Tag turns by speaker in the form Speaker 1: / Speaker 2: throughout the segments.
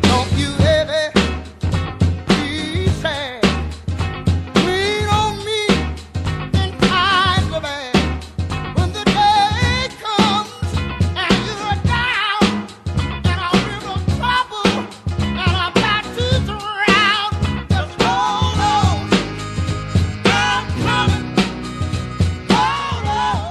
Speaker 1: Don't you ever be sad. Lean on me and I'm the man. When the day comes and you're down and I'm in trouble and I'm about to drown, just hold on. I'm coming. Hold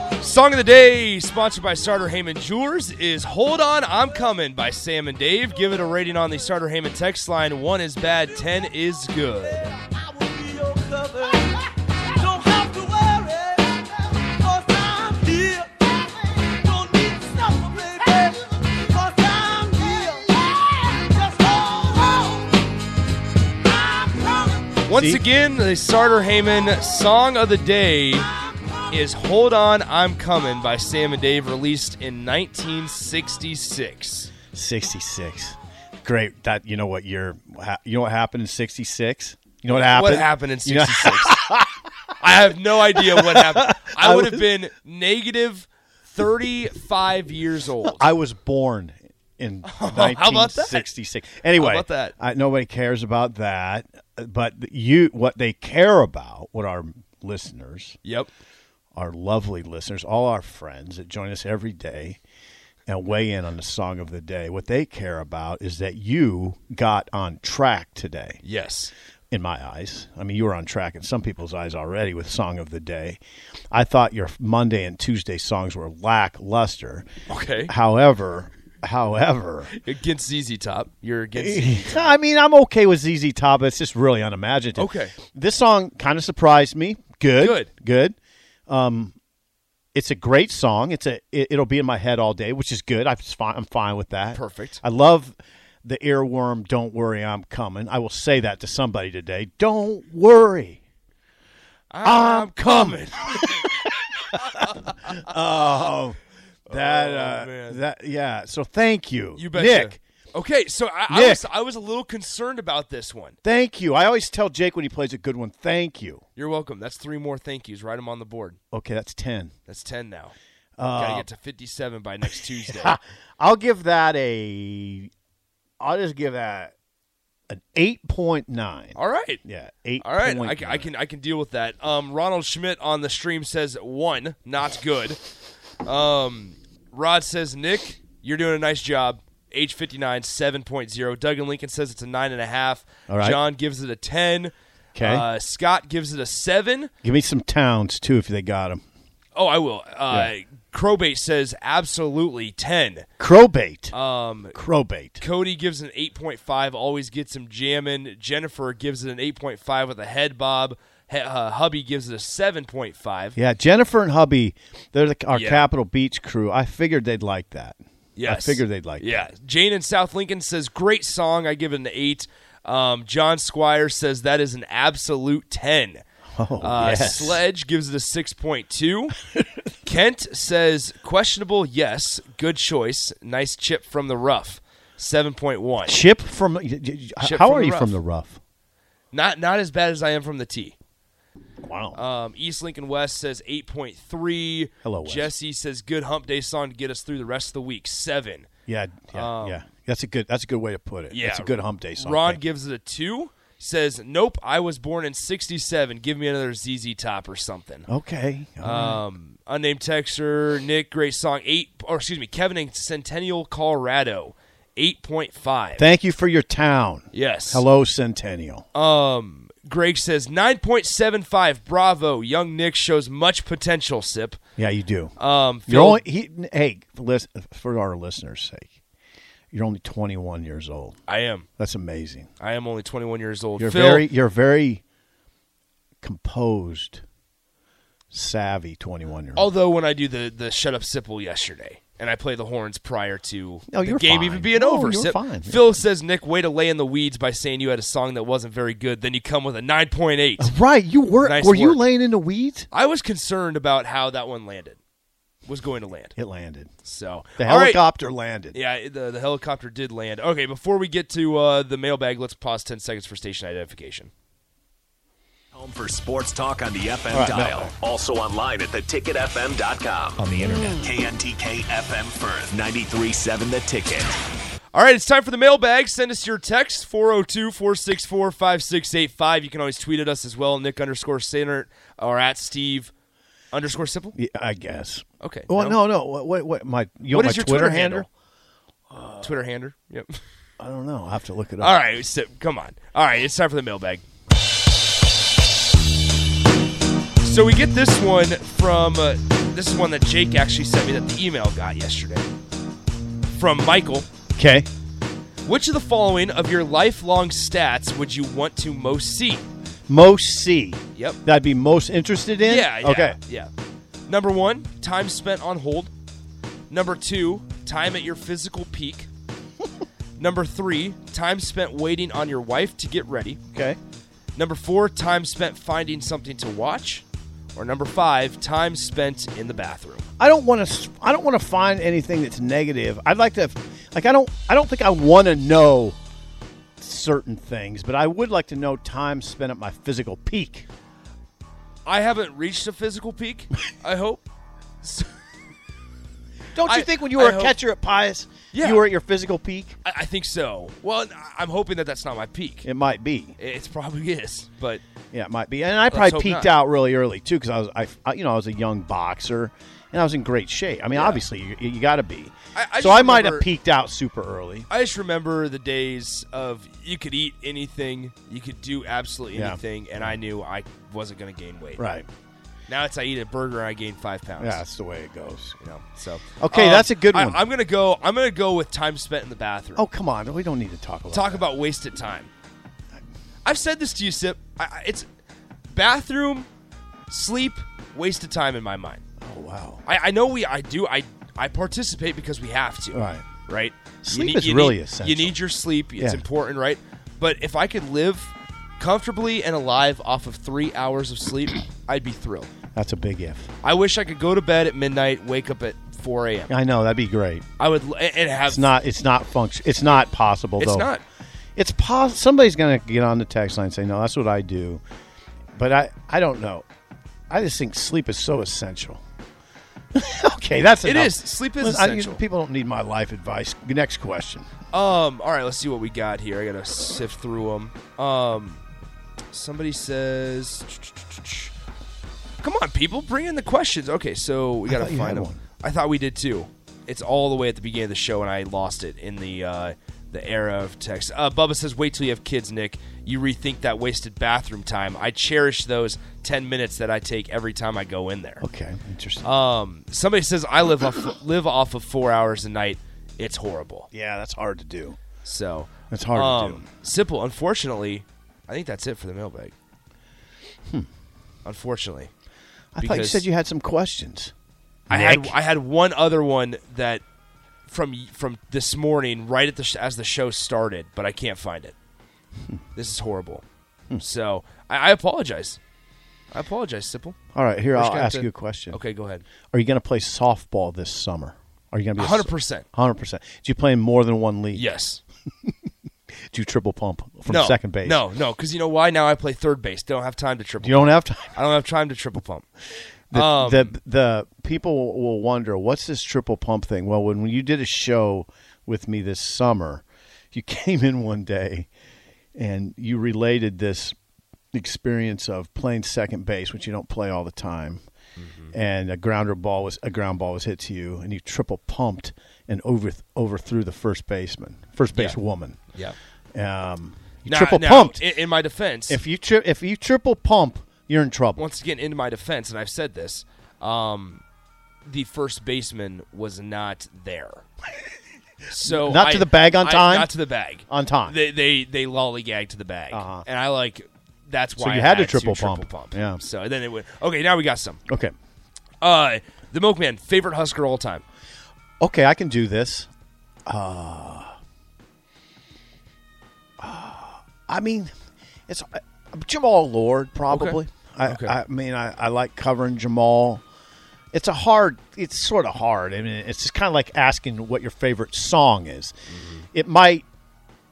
Speaker 1: on.
Speaker 2: Song of the day, sponsored by Starter Heyman Jewelers, is Hold On, I'm Coming by Sam and Dave. Give it a rating on the Starter Heyman text line. One is bad, 10 is good.
Speaker 1: I will be your cover. Don't have to worry, 'cause I'm here. Don't need to suffer, baby, 'cause I'm here. Just hold on. I'm coming.
Speaker 2: Once again, the Starter Heyman song of the day is Hold On, I'm Coming by Sam and Dave, released in 1966.
Speaker 3: 66. Great. That you know what year? ha- You know what happened in 66? You know what happened?
Speaker 2: What happened in
Speaker 3: You know-
Speaker 2: 66? I have no idea what happened. I
Speaker 3: I
Speaker 2: would have
Speaker 3: was-
Speaker 2: been negative 35 years old.
Speaker 3: I was born in
Speaker 2: about that?
Speaker 3: 1966. Anyway,
Speaker 2: How about that?
Speaker 3: I, nobody cares about that. But you, what they care about, what our listeners,
Speaker 2: Yep.
Speaker 3: our lovely listeners, all our friends that join us every day and weigh in on the song of the day, what they care about is that you got on track today.
Speaker 2: Yes.
Speaker 3: in my eyes. I mean, you were on track in some people's eyes already with Song of the Day. I thought your Monday and Tuesday songs were lackluster.
Speaker 2: Okay.
Speaker 3: However, however,
Speaker 2: Against ZZ Top. You're against.
Speaker 3: Eh, I mean, I'm okay with ZZ Top. It's just really unimaginative.
Speaker 2: Okay.
Speaker 3: This song kind of surprised me. Good.
Speaker 2: Good.
Speaker 3: Good. Um, it's a great song. It's a it, it'll be in my head all day, which is good. I'm fine. I'm fine with that.
Speaker 2: Perfect.
Speaker 3: I love the earworm. Don't worry, I'm coming. I will say that to somebody today. Don't worry.
Speaker 2: I'm coming.
Speaker 3: That uh,
Speaker 2: Oh, man.
Speaker 3: that yeah. So thank you,
Speaker 2: You betcha.
Speaker 3: Nick.
Speaker 2: Okay, so I, I
Speaker 3: Nick.
Speaker 2: was I was a little concerned about this one.
Speaker 3: Thank you. I always tell Jake when he plays a good one. Thank you.
Speaker 2: You're welcome. That's three more thank yous. Write them on the board.
Speaker 3: Okay, that's ten.
Speaker 2: That's ten now.
Speaker 3: Uh,
Speaker 2: Gotta get to fifty-seven by next Tuesday.
Speaker 3: I'll give that a. I'll just give that an eight point nine.
Speaker 2: All right.
Speaker 3: Yeah, eight.
Speaker 2: All right, I, c- I can I can deal with that. Um, Ronald Schmidt on the stream says one, not good. Um, Rod says Nick, you're doing a nice job. Age 59, 7.0. Doug and Lincoln says it's a nine and a half.
Speaker 3: All right.
Speaker 2: John gives it a ten.
Speaker 3: 'Kay.
Speaker 2: Uh, Scott gives it a seven.
Speaker 3: Give me some towns too if they got them.
Speaker 2: Oh, I will. Uh, Crowbait says absolutely ten.
Speaker 3: Crowbait.
Speaker 2: Um,
Speaker 3: Crowbait.
Speaker 2: Cody gives an 8.5, always gets him jamming. Jennifer gives it an 8.5 with a head bob. He- uh, hubby gives it a 7.5.
Speaker 3: Yeah, Jennifer and hubby. They're the, our
Speaker 2: Yeah.
Speaker 3: Capitol Beach crew. I figured they'd like that.
Speaker 2: Yes.
Speaker 3: I figured they'd like.
Speaker 2: Yeah. Jane in South Lincoln says, great song. I give it an 8. Um, John Squire says that is an absolute 10.
Speaker 3: Oh,
Speaker 2: Uh,
Speaker 3: yes.
Speaker 2: Sledge gives it a 6.2. Kent says, questionable, yes. Good choice. Nice chip from the rough. 7.1.
Speaker 3: Chip from. y- y- y-
Speaker 2: Chip
Speaker 3: how
Speaker 2: from
Speaker 3: are
Speaker 2: the
Speaker 3: you
Speaker 2: rough.
Speaker 3: from the rough?
Speaker 2: Not, not as bad as I am from the T.
Speaker 3: Wow.
Speaker 2: Um, East Lincoln West says 8.3.
Speaker 3: Hello, West.
Speaker 2: Jesse says good hump day song to get us through the rest of the week. Seven.
Speaker 3: yeah, yeah, yeah. That's a good. That's a good way to put it.
Speaker 2: um, Yeah.
Speaker 3: That's a good hump day song.
Speaker 2: Ron
Speaker 3: Thank-
Speaker 2: gives it a two. Says nope. I was born in '67. Give me another ZZ Top or something.
Speaker 3: Okay. all right.
Speaker 2: Um, unnamed texter Nick, great song. Eight or excuse me, Kevin in Centennial, Colorado, eight point five.
Speaker 3: Thank you for your town.
Speaker 2: yes.
Speaker 3: Hello, Centennial.
Speaker 2: Um, Greg says nine point seven five. Bravo, young Nick shows much potential. Sip.
Speaker 3: yeah, you do.
Speaker 2: Um,
Speaker 3: You're
Speaker 2: Phil-
Speaker 3: only, he, hey, for lis- for our listeners' sake, you're only 21 years old.
Speaker 2: I am.
Speaker 3: That's amazing.
Speaker 2: I am only 21 years old.
Speaker 3: You're
Speaker 2: Phil,
Speaker 3: very, you're very composed, savvy 21 year old.
Speaker 2: although when I do the the shut up sipple yesterday, and I play the horns prior to
Speaker 3: No,
Speaker 2: the
Speaker 3: you're
Speaker 2: game
Speaker 3: fine.
Speaker 2: even being
Speaker 3: No,
Speaker 2: over.
Speaker 3: you're
Speaker 2: Sip-
Speaker 3: fine.
Speaker 2: Phil says, Nick, way to lay in the weeds by saying you had a song that wasn't very good. Then you come with a 9.8.
Speaker 3: Right, you were.
Speaker 2: Oh, Nice
Speaker 3: were you
Speaker 2: work.
Speaker 3: laying in the weeds?
Speaker 2: I was concerned about how that one landed, was going to land.
Speaker 3: It landed.
Speaker 2: So
Speaker 3: The
Speaker 2: all right.
Speaker 3: helicopter landed.
Speaker 2: Yeah, the, the helicopter did land. Okay, before we get to uh, the mailbag, let's pause 10 seconds for station identification.
Speaker 4: Home for sports talk on the FM
Speaker 3: right,
Speaker 4: dial.
Speaker 3: now-
Speaker 4: Also online at theticketfm.com. On the internet. KNTK FM Firth. 93.7 The Ticket.
Speaker 2: All right, it's time for the mailbag. Send us your text, 402 464 5685. You can always tweet at us as well, Nick underscore Sainert or at Steve underscore Simple.
Speaker 3: Yeah, I guess.
Speaker 2: Okay.
Speaker 3: Well, no, no. What? What? what my? You
Speaker 2: What
Speaker 3: want
Speaker 2: is
Speaker 3: my
Speaker 2: your Twitter
Speaker 3: Twitter, handle?
Speaker 2: Twitter hander. Yep.
Speaker 3: I don't know. I will have to look it up.
Speaker 2: All right, Sip, come on. All right, it's time for the mailbag. So we get this one from uh, this is one that Jake actually sent me that the email got yesterday from Michael.
Speaker 3: Okay.
Speaker 2: Which of the following of your lifelong stats would you want to most see?
Speaker 3: Most C.
Speaker 2: Yep.
Speaker 3: That'd be most interested in.
Speaker 2: Yeah, yeah.
Speaker 3: Okay.
Speaker 2: Yeah. Number one, time spent on hold. Number two, time at your physical peak. Number three, time spent waiting on your wife to get ready.
Speaker 3: Okay.
Speaker 2: Number four, time spent finding something to watch. Or number five, time spent in the bathroom.
Speaker 3: I don't want to. I don't want to find anything that's negative. I'd like to. Like I don't. I don't think I want to know certain things, but I would like to know time spent at my physical peak.
Speaker 2: I haven't reached a physical peak, I hope. So-
Speaker 3: Don't you
Speaker 2: I-
Speaker 3: think when you
Speaker 2: I
Speaker 3: were a
Speaker 2: hope-
Speaker 3: catcher at Pius,
Speaker 2: Yeah.
Speaker 3: you were at your physical peak?
Speaker 2: I, I think so. Well, I- I'm hoping that that's not my peak.
Speaker 3: It might be.
Speaker 2: It's probably is, but
Speaker 3: Yeah, it might be. And I
Speaker 2: hope
Speaker 3: probably peaked
Speaker 2: not.
Speaker 3: out really early too because I was, I, I- you know, I was a young boxer and I was in great shape. I mean, obviously, you, you got to be.
Speaker 2: I- I
Speaker 3: so
Speaker 2: just
Speaker 3: I might have
Speaker 2: remember-
Speaker 3: peaked out super early.
Speaker 2: I just remember the days of you could eat anything, you could do absolutely
Speaker 3: Yeah.
Speaker 2: anything, and I knew I wasn't going to gain weight.
Speaker 3: Right.
Speaker 2: Now it's I eat a burger and I gain five pounds.
Speaker 3: Yeah, that's the way it goes.
Speaker 2: You know, so Um,
Speaker 3: Okay, that's a good
Speaker 2: I-
Speaker 3: one.
Speaker 2: I'm gonna go. I'm gonna go with time spent in the bathroom.
Speaker 3: Oh come on, we don't need to talk about
Speaker 2: talk
Speaker 3: that.
Speaker 2: about wasted time. I've said this to you, Sip. I- I, it's bathroom, sleep, wasted time in my mind.
Speaker 3: Oh wow.
Speaker 2: I, I know we, I do, I, I participate because we have to.
Speaker 3: Right.
Speaker 2: Right. You
Speaker 3: Sleep
Speaker 2: need-
Speaker 3: is
Speaker 2: you
Speaker 3: really
Speaker 2: need,
Speaker 3: essential.
Speaker 2: You need your sleep. It's
Speaker 3: Yeah.
Speaker 2: important, right? But if I could live comfortably and alive off of three hours of sleep, I'd be thrilled.
Speaker 3: That's a big if.
Speaker 2: I wish I could go to bed at midnight, wake up at 4 a.m.
Speaker 3: I know that'd be great.
Speaker 2: I would, l- and have
Speaker 3: It's not. It's not function. It's not possible.
Speaker 2: It's
Speaker 3: though.
Speaker 2: not.
Speaker 3: It's possible. Somebody's gonna get on the text line and say, "No, that's what I do," but I. I don't know. I just think sleep is so essential. okay, that's
Speaker 2: It
Speaker 3: enough.
Speaker 2: is. Sleep is
Speaker 3: Listen, I- you-
Speaker 2: essential.
Speaker 3: people don't need my life advice. Next question.
Speaker 2: Um. All right. Let's see what we got here. I gotta sift through them. Um. Somebody says, "Come on, people, bring in the questions." Okay, so we gotta
Speaker 3: thought you
Speaker 2: find
Speaker 3: had
Speaker 2: them.
Speaker 3: one.
Speaker 2: I thought we did too. It's all the way at the beginning of the show, and I lost it in the uh, the era of text. Uh, Bubba says, "Wait till you have kids, Nick. You rethink that wasted bathroom time. I cherish those ten minutes that I take every time I go in there."
Speaker 3: Okay, interesting.
Speaker 2: Um. Somebody says, "I live off live off of four hours a night. It's horrible."
Speaker 3: yeah, that's hard to do.
Speaker 2: So um,
Speaker 3: That's hard to do.
Speaker 2: Simple. Unfortunately, I think that's it for the mailbag. Unfortunately,
Speaker 3: I thought you
Speaker 2: because-
Speaker 3: said you had some questions.
Speaker 2: I had
Speaker 3: Nick?
Speaker 2: I had one other one that from from this morning, right at the sh- as the show started, but I can't find it. This is horrible. So I, I apologize. I apologize, Simple.
Speaker 3: All right, here
Speaker 2: We're just
Speaker 3: I'll
Speaker 2: gonna have
Speaker 3: ask
Speaker 2: to-
Speaker 3: you a question.
Speaker 2: Okay, go ahead.
Speaker 3: Are you going to play softball this summer? Are you going to be a-
Speaker 2: 100%.
Speaker 3: 100%. Do you play in more than one league?
Speaker 2: Yes.
Speaker 3: Do you triple pump from
Speaker 2: no.
Speaker 3: second base?
Speaker 2: No, no, because you know why? Now I play third base. Don't have time to triple.
Speaker 3: You don't have time.
Speaker 2: I don't have time to triple pump.
Speaker 3: The,
Speaker 2: Um,
Speaker 3: the the people will wonder what's this triple pump thing. Well, when you did a show with me this summer, you came in one day and you related this experience of playing second base, which you don't play all the time,
Speaker 2: Mm-hmm.
Speaker 3: and a grounder ball was a ground ball was hit to you, and you triple pumped and over overthrew the first baseman, first base woman.
Speaker 2: Yeah.
Speaker 3: Um, you
Speaker 2: Now-
Speaker 3: triple
Speaker 2: now,
Speaker 3: pumped.
Speaker 2: In, in my defense,
Speaker 3: if you tri- if you triple pump, you're in trouble.
Speaker 2: once again into my defense, and I've said this, um, the first baseman was not there. So
Speaker 3: Not to
Speaker 2: I-
Speaker 3: the bag on
Speaker 2: I-
Speaker 3: time?
Speaker 2: not to the bag
Speaker 3: On time.
Speaker 2: They they they lollygagged to the bag,
Speaker 3: Uh-huh.
Speaker 2: and I like that's why
Speaker 3: you
Speaker 2: I
Speaker 3: had to triple
Speaker 2: triple
Speaker 3: pump. Yeah.
Speaker 2: So then it went okay. Now we got some.
Speaker 3: Okay.
Speaker 2: Uh, the milkman favorite Husker all time.
Speaker 3: okay, I can do this. Uh, uh, I mean, it's uh, Jamal Lord probably. I,
Speaker 2: Okay.
Speaker 3: I mean, I, I like covering Jamal. It's a hard. It's sort of hard. I mean, it's just kind of like asking what your favorite song is.
Speaker 2: Mm-hmm.
Speaker 3: It might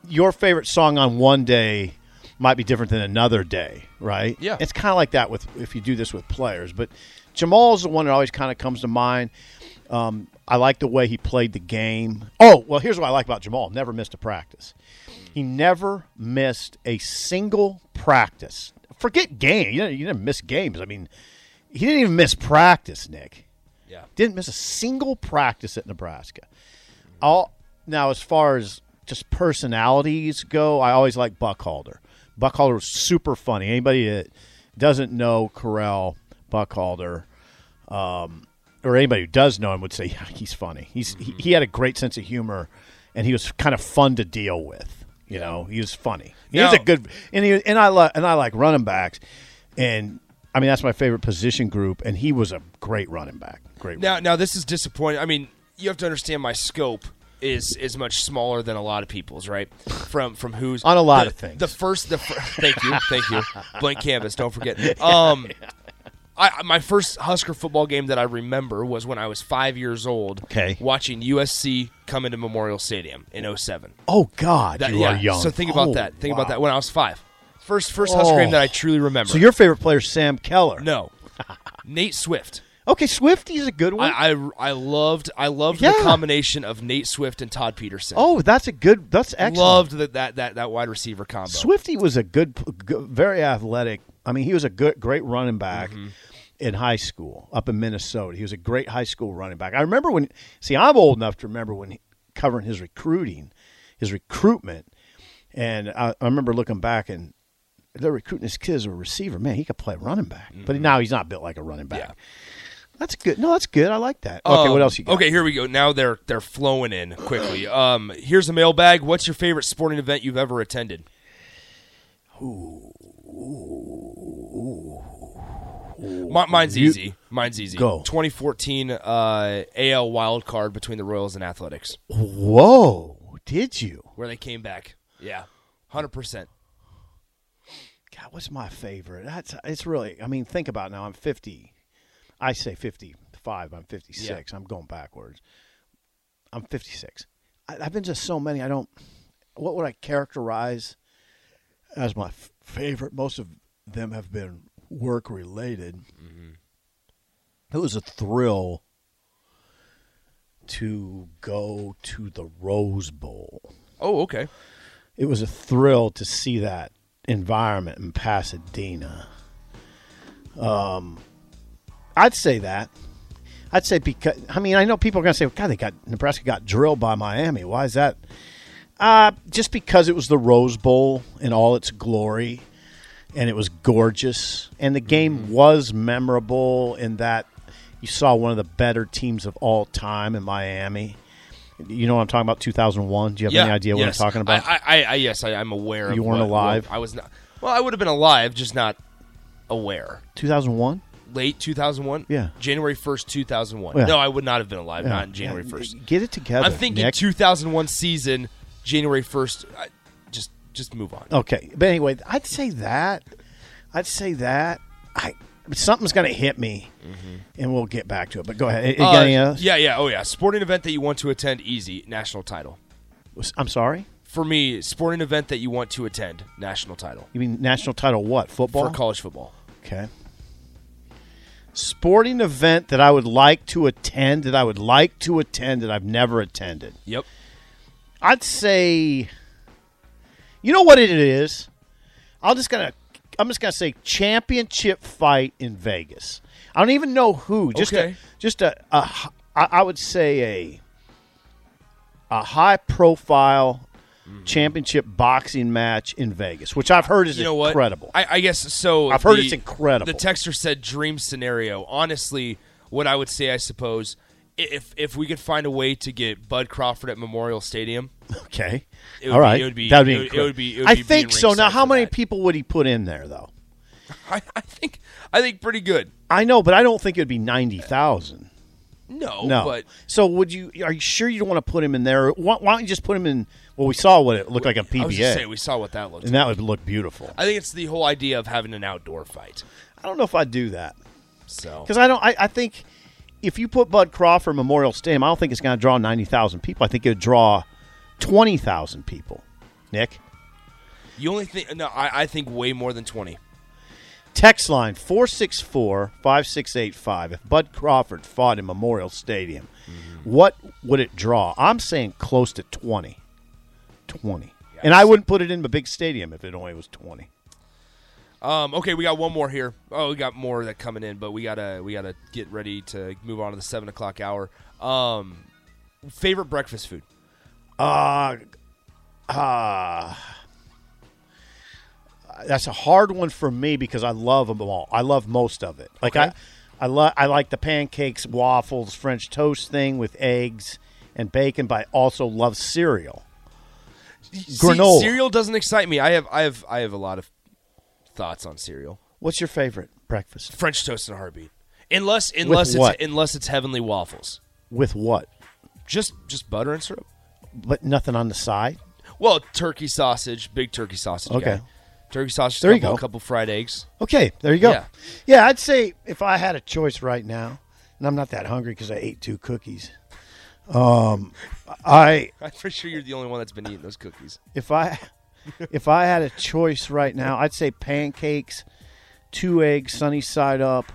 Speaker 3: your favorite song on one day might be different than another day, right?
Speaker 2: Yeah.
Speaker 3: It's kind of like that with if you do this with players, but Jamal's the one that always kind of comes to mind. Um, I like the way he played the game. Oh, well, here's what I like about Jamal: never missed a practice. He never missed a single practice. Forget game. You didn't, you didn't miss games. I mean, he didn't even miss practice, Nick
Speaker 2: Yeah.
Speaker 3: didn't miss a single practice at Nebraska. All now as far as just personalities go, I always like Buckhalter. Buckhalter was super funny. Anybody that doesn't know Corral Buckhalter, um, or anybody who does know him would say yeah, he's funny. He's
Speaker 2: Mm-hmm.
Speaker 3: he, he had a great sense of humor, and he was kind of fun to deal with. You know, he was funny. He was a
Speaker 2: Now-
Speaker 3: good and he, and I like and I like running backs, and I mean that's my favorite position group. And he was a great running back. Great.
Speaker 2: Now, now this is disappointing. I mean, you have to understand my scope is is much smaller than a lot of people's, right? From from who's
Speaker 3: On a lot
Speaker 2: the-
Speaker 3: of things.
Speaker 2: The first, the fir- thank you, thank you. Blank canvas. Don't forget. Um, I my first Husker football game that I remember was when I was five years old.
Speaker 3: Okay.
Speaker 2: watching USC come into Memorial Stadium in 07.
Speaker 3: Oh God,
Speaker 2: That-
Speaker 3: you
Speaker 2: yeah.
Speaker 3: are young.
Speaker 2: So think about
Speaker 3: Oh,
Speaker 2: that. Think
Speaker 3: wow.
Speaker 2: about that. When I was five, first first Husker
Speaker 3: Oh.
Speaker 2: game that I truly remember.
Speaker 3: So your favorite player is Sam Keller.
Speaker 2: no, Nate Swift.
Speaker 3: Okay, Swifty's a good one.
Speaker 2: I, I I loved I loved the
Speaker 3: Yeah.
Speaker 2: combination of Nate Swift and Todd Peterson.
Speaker 3: oh, that's a good. That's excellent.
Speaker 2: loved that that that that wide receiver combo.
Speaker 3: Swifty was a good, good very athletic. I mean, he was a good, great running back
Speaker 2: Mm-hmm.
Speaker 3: in high school up in Minnesota. He was a great high school running back. I remember when. See, I'm old enough to remember when he- covering his recruiting, his recruitment, and I, I remember looking back and they're recruiting this kid as a receiver. Man, he could play running back, but
Speaker 2: Mm-hmm.
Speaker 3: now he's not built like a running back. That's good. No, that's good. I like that. Okay, what
Speaker 2: Um,
Speaker 3: else you got?
Speaker 2: Okay, here we go. Now they're they're flowing in quickly. Um, here's a mailbag. What's your favorite sporting event you've ever attended? Mi- mine's easy. Mine's easy.
Speaker 3: Go.
Speaker 2: 2014 uh, AL wild card between the Royals and Athletics,
Speaker 3: Whoa, did you?
Speaker 2: where they came back. Yeah, hundred percent.
Speaker 3: God, what's my favorite? That's it's really. I mean, think about it now. I'm 50. I say 55. I'm 56. I'm going backwards. I'm 56. I, I've been to so many. I don't. What would I characterize as my f- favorite? Most of them have been work related. It was a thrill to go to the Rose Bowl
Speaker 2: Oh, okay.
Speaker 3: it was a thrill to see that environment in Pasadena. Um, I'd say that. I'd say because I mean I know people are gonna say, "God, they got Nebraska got drilled by Miami. Why is that?" Uh, just because it was the Rose Bowl in all its glory, and it was gorgeous, and the
Speaker 2: Mm-hmm.
Speaker 3: game was memorable in that you saw one of the better teams of all time in Miami. You know what I'm talking about? 2001. Do you have any idea what
Speaker 2: yes.
Speaker 3: I'm talking about?
Speaker 2: I, I, I yes, I, I'm aware. of
Speaker 3: You weren't
Speaker 2: what-
Speaker 3: alive?
Speaker 2: what- I was not. Well, I would have been alive, just not aware.
Speaker 3: 2001.
Speaker 2: Late 2001.
Speaker 3: Yeah.
Speaker 2: January 1st, 2001.
Speaker 3: Yeah.
Speaker 2: No, I would not have been alive. Not in Uh, January
Speaker 3: Yeah,
Speaker 2: 1st.
Speaker 3: Get it together.
Speaker 2: I'm thinking
Speaker 3: Nick.
Speaker 2: 2001 season, January 1st. I, just just move on.
Speaker 3: Okay, but anyway, I'd say that. I'd say that. I something's going to hit me, and we'll get back to it. But go ahead. You got any
Speaker 2: Mm-hmm. Uh,
Speaker 3: others?
Speaker 2: yeah, yeah, oh yeah. Sporting event that you want to attend? Easy. National title.
Speaker 3: I'm sorry.
Speaker 2: For me, sporting event that you want to attend? National title
Speaker 3: You mean national title? What football?
Speaker 2: for college football.
Speaker 3: Okay. Sporting event that I would like to attend. That I would like to attend. That I've never attended.
Speaker 2: Yep.
Speaker 3: I'd say, you know what it is. I'm just gonna, I'm just gonna say championship fight in Vegas. I don't even know who. Just a,
Speaker 2: Okay.
Speaker 3: just a, a h- I I would say a, a high profile championship boxing match in Vegas, which I've heard is
Speaker 2: Mm-hmm. you know what?
Speaker 3: incredible.
Speaker 2: I, I guess so.
Speaker 3: I've heard it's incredible.
Speaker 2: The texter said dream scenario. Honestly, what I would say, I suppose, i- if if we could find a way to get Bud Crawford at Memorial Stadium,
Speaker 3: okay,
Speaker 2: It would
Speaker 3: all
Speaker 2: be-
Speaker 3: right,
Speaker 2: it would be-
Speaker 3: That'd
Speaker 2: it would- it
Speaker 3: incredible.
Speaker 2: would be- it would
Speaker 3: I
Speaker 2: be
Speaker 3: think
Speaker 2: being
Speaker 3: so. Now,
Speaker 2: ringside
Speaker 3: how
Speaker 2: for
Speaker 3: many
Speaker 2: that.
Speaker 3: people would he put in there though?
Speaker 2: I, I think I think pretty good.
Speaker 3: I know, but I don't think it would be ninety thousand.
Speaker 2: No,
Speaker 3: No.
Speaker 2: but
Speaker 3: so would you? Are you sure you don't want to put him in there? Why, why don't you just put him in? Well, we saw what it looked like E a
Speaker 2: I was just saying,
Speaker 3: PBA,
Speaker 2: we saw what that looked.
Speaker 3: and
Speaker 2: like.
Speaker 3: that would look beautiful.
Speaker 2: I think it's the whole idea of having an outdoor fight.
Speaker 3: I don't know if I'd do that
Speaker 2: So
Speaker 3: because I don't. I, I think if you put Bud Crawford Memorial Stadium, I don't think it's going to draw ninety thousand people. I think it would draw twenty thousand people. Nick.
Speaker 2: you only think no, I, I think way more than twenty.
Speaker 3: Text line 464 5685. If Bud Crawford fought in Memorial Stadium, what would it draw? I'm saying close to 20. 20. And I wouldn't put it in a big stadium if it only was 20.
Speaker 2: Um, okay, we got one more here. Oh, we got more that coming in, but we gotta we gotta get ready to move on to the seven o'clock hour. Um, favorite breakfast food?
Speaker 3: Uh, uh, that's a hard one for me because I love them all. I love most of it. Like
Speaker 2: Okay.
Speaker 3: I, I love I like the pancakes, waffles, French toast thing with eggs and bacon. But I also love cereal.
Speaker 2: See,
Speaker 3: Granola.
Speaker 2: cereal doesn't excite me. I have I have I have a lot of thoughts on cereal.
Speaker 3: What's your favorite breakfast?
Speaker 2: French toast and a heartbeat. Unless unless it's
Speaker 3: what?
Speaker 2: unless it's heavenly waffles.
Speaker 3: With what?
Speaker 2: Just just butter and syrup.
Speaker 3: But nothing on the side.
Speaker 2: Well, turkey sausage, big turkey sausage.
Speaker 3: Okay.
Speaker 2: guy. Turkey sausage.
Speaker 3: There you
Speaker 2: couple,
Speaker 3: go.
Speaker 2: A couple fried eggs.
Speaker 3: Okay, there you go.
Speaker 2: Yeah.
Speaker 3: Yeah. I'd say if I had a choice right now, and I'm not that hungry because I ate two cookies. Um, I
Speaker 2: I'm pretty sure you're the only one that's been eating those cookies.
Speaker 3: if I if I had a choice right now, I'd say pancakes, two eggs, sunny side up,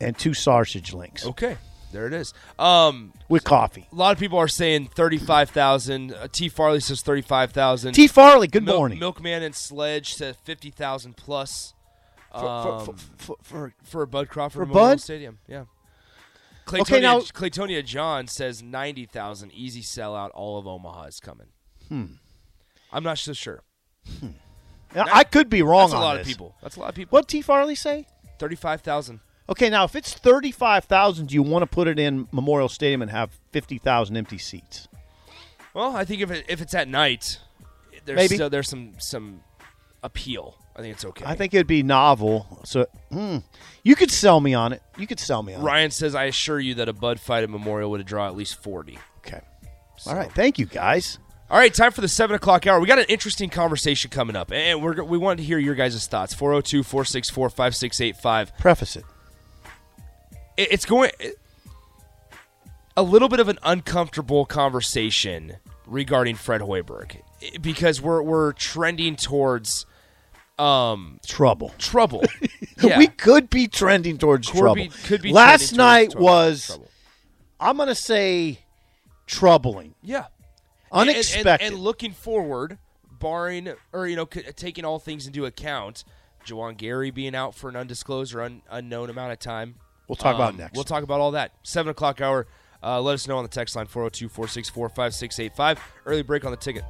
Speaker 3: and two sausage links
Speaker 2: Okay, there it is. Um,
Speaker 3: with coffee.
Speaker 2: a lot of people are saying thirty-five thousand. Uh, T. Farley says thirty-five thousand.
Speaker 3: T. Farley, good morning.
Speaker 2: Milkman and Sledge said fifty thousand plus
Speaker 3: for, for,
Speaker 2: um,
Speaker 3: for, for,
Speaker 2: for Bud Crawford
Speaker 3: For
Speaker 2: Memorial
Speaker 3: Bud?
Speaker 2: Stadium. Yeah. Claytonia,
Speaker 3: Okay, now-
Speaker 2: Claytonia John says ninety thousand. Easy sellout. All of Omaha is coming. Hmm. I'm not so sure.
Speaker 3: Now, I could be wrong
Speaker 2: That's a
Speaker 3: on
Speaker 2: lot of
Speaker 3: this.
Speaker 2: people. That's a lot of people.
Speaker 3: What T. Farley say?
Speaker 2: Thirty-five thousand.
Speaker 3: Okay, now if it's thirty-five thousand, you want to put it in Memorial Stadium and have fifty thousand empty seats.
Speaker 2: Well, I think if it, if it's at night, there's
Speaker 3: Maybe.
Speaker 2: still there's some some appeal. I think it's okay.
Speaker 3: I think it'd be novel. So hmm, you could sell me on it. You could sell me on
Speaker 2: Ryan says, "I assure you that a Bud fight at Memorial would draw at least 40.
Speaker 3: it. Okay. All right. Thank you, guys.
Speaker 2: All right, time for the seven o'clock hour. We got an interesting conversation coming up, and we're go- we wanted to hear your guys' thoughts. 402-464-5685.
Speaker 3: Preface it.
Speaker 2: It- It's going it- a little bit of an uncomfortable conversation regarding Fred Hoiberg i- because we're we're trending towards um
Speaker 3: Trouble.
Speaker 2: trouble. Yeah.
Speaker 3: We could be trending towards
Speaker 2: Corby
Speaker 3: trouble.
Speaker 2: could be
Speaker 3: Last
Speaker 2: trending towards
Speaker 3: night
Speaker 2: trouble-
Speaker 3: was,
Speaker 2: trouble.
Speaker 3: I'm going to say, troubling,
Speaker 2: yeah And- and-
Speaker 3: unexpected.
Speaker 2: and, and, looking forward, barring or you know c- taking all things into account, Jawan Gary being out for an undisclosed or un- unknown amount of time.
Speaker 3: we'll talk about
Speaker 2: Um,
Speaker 3: it next.
Speaker 2: We'll talk about all that. Seven oh o'clock hour. Uh, let us know on the text line 402 464 5685. Early break on the ticket.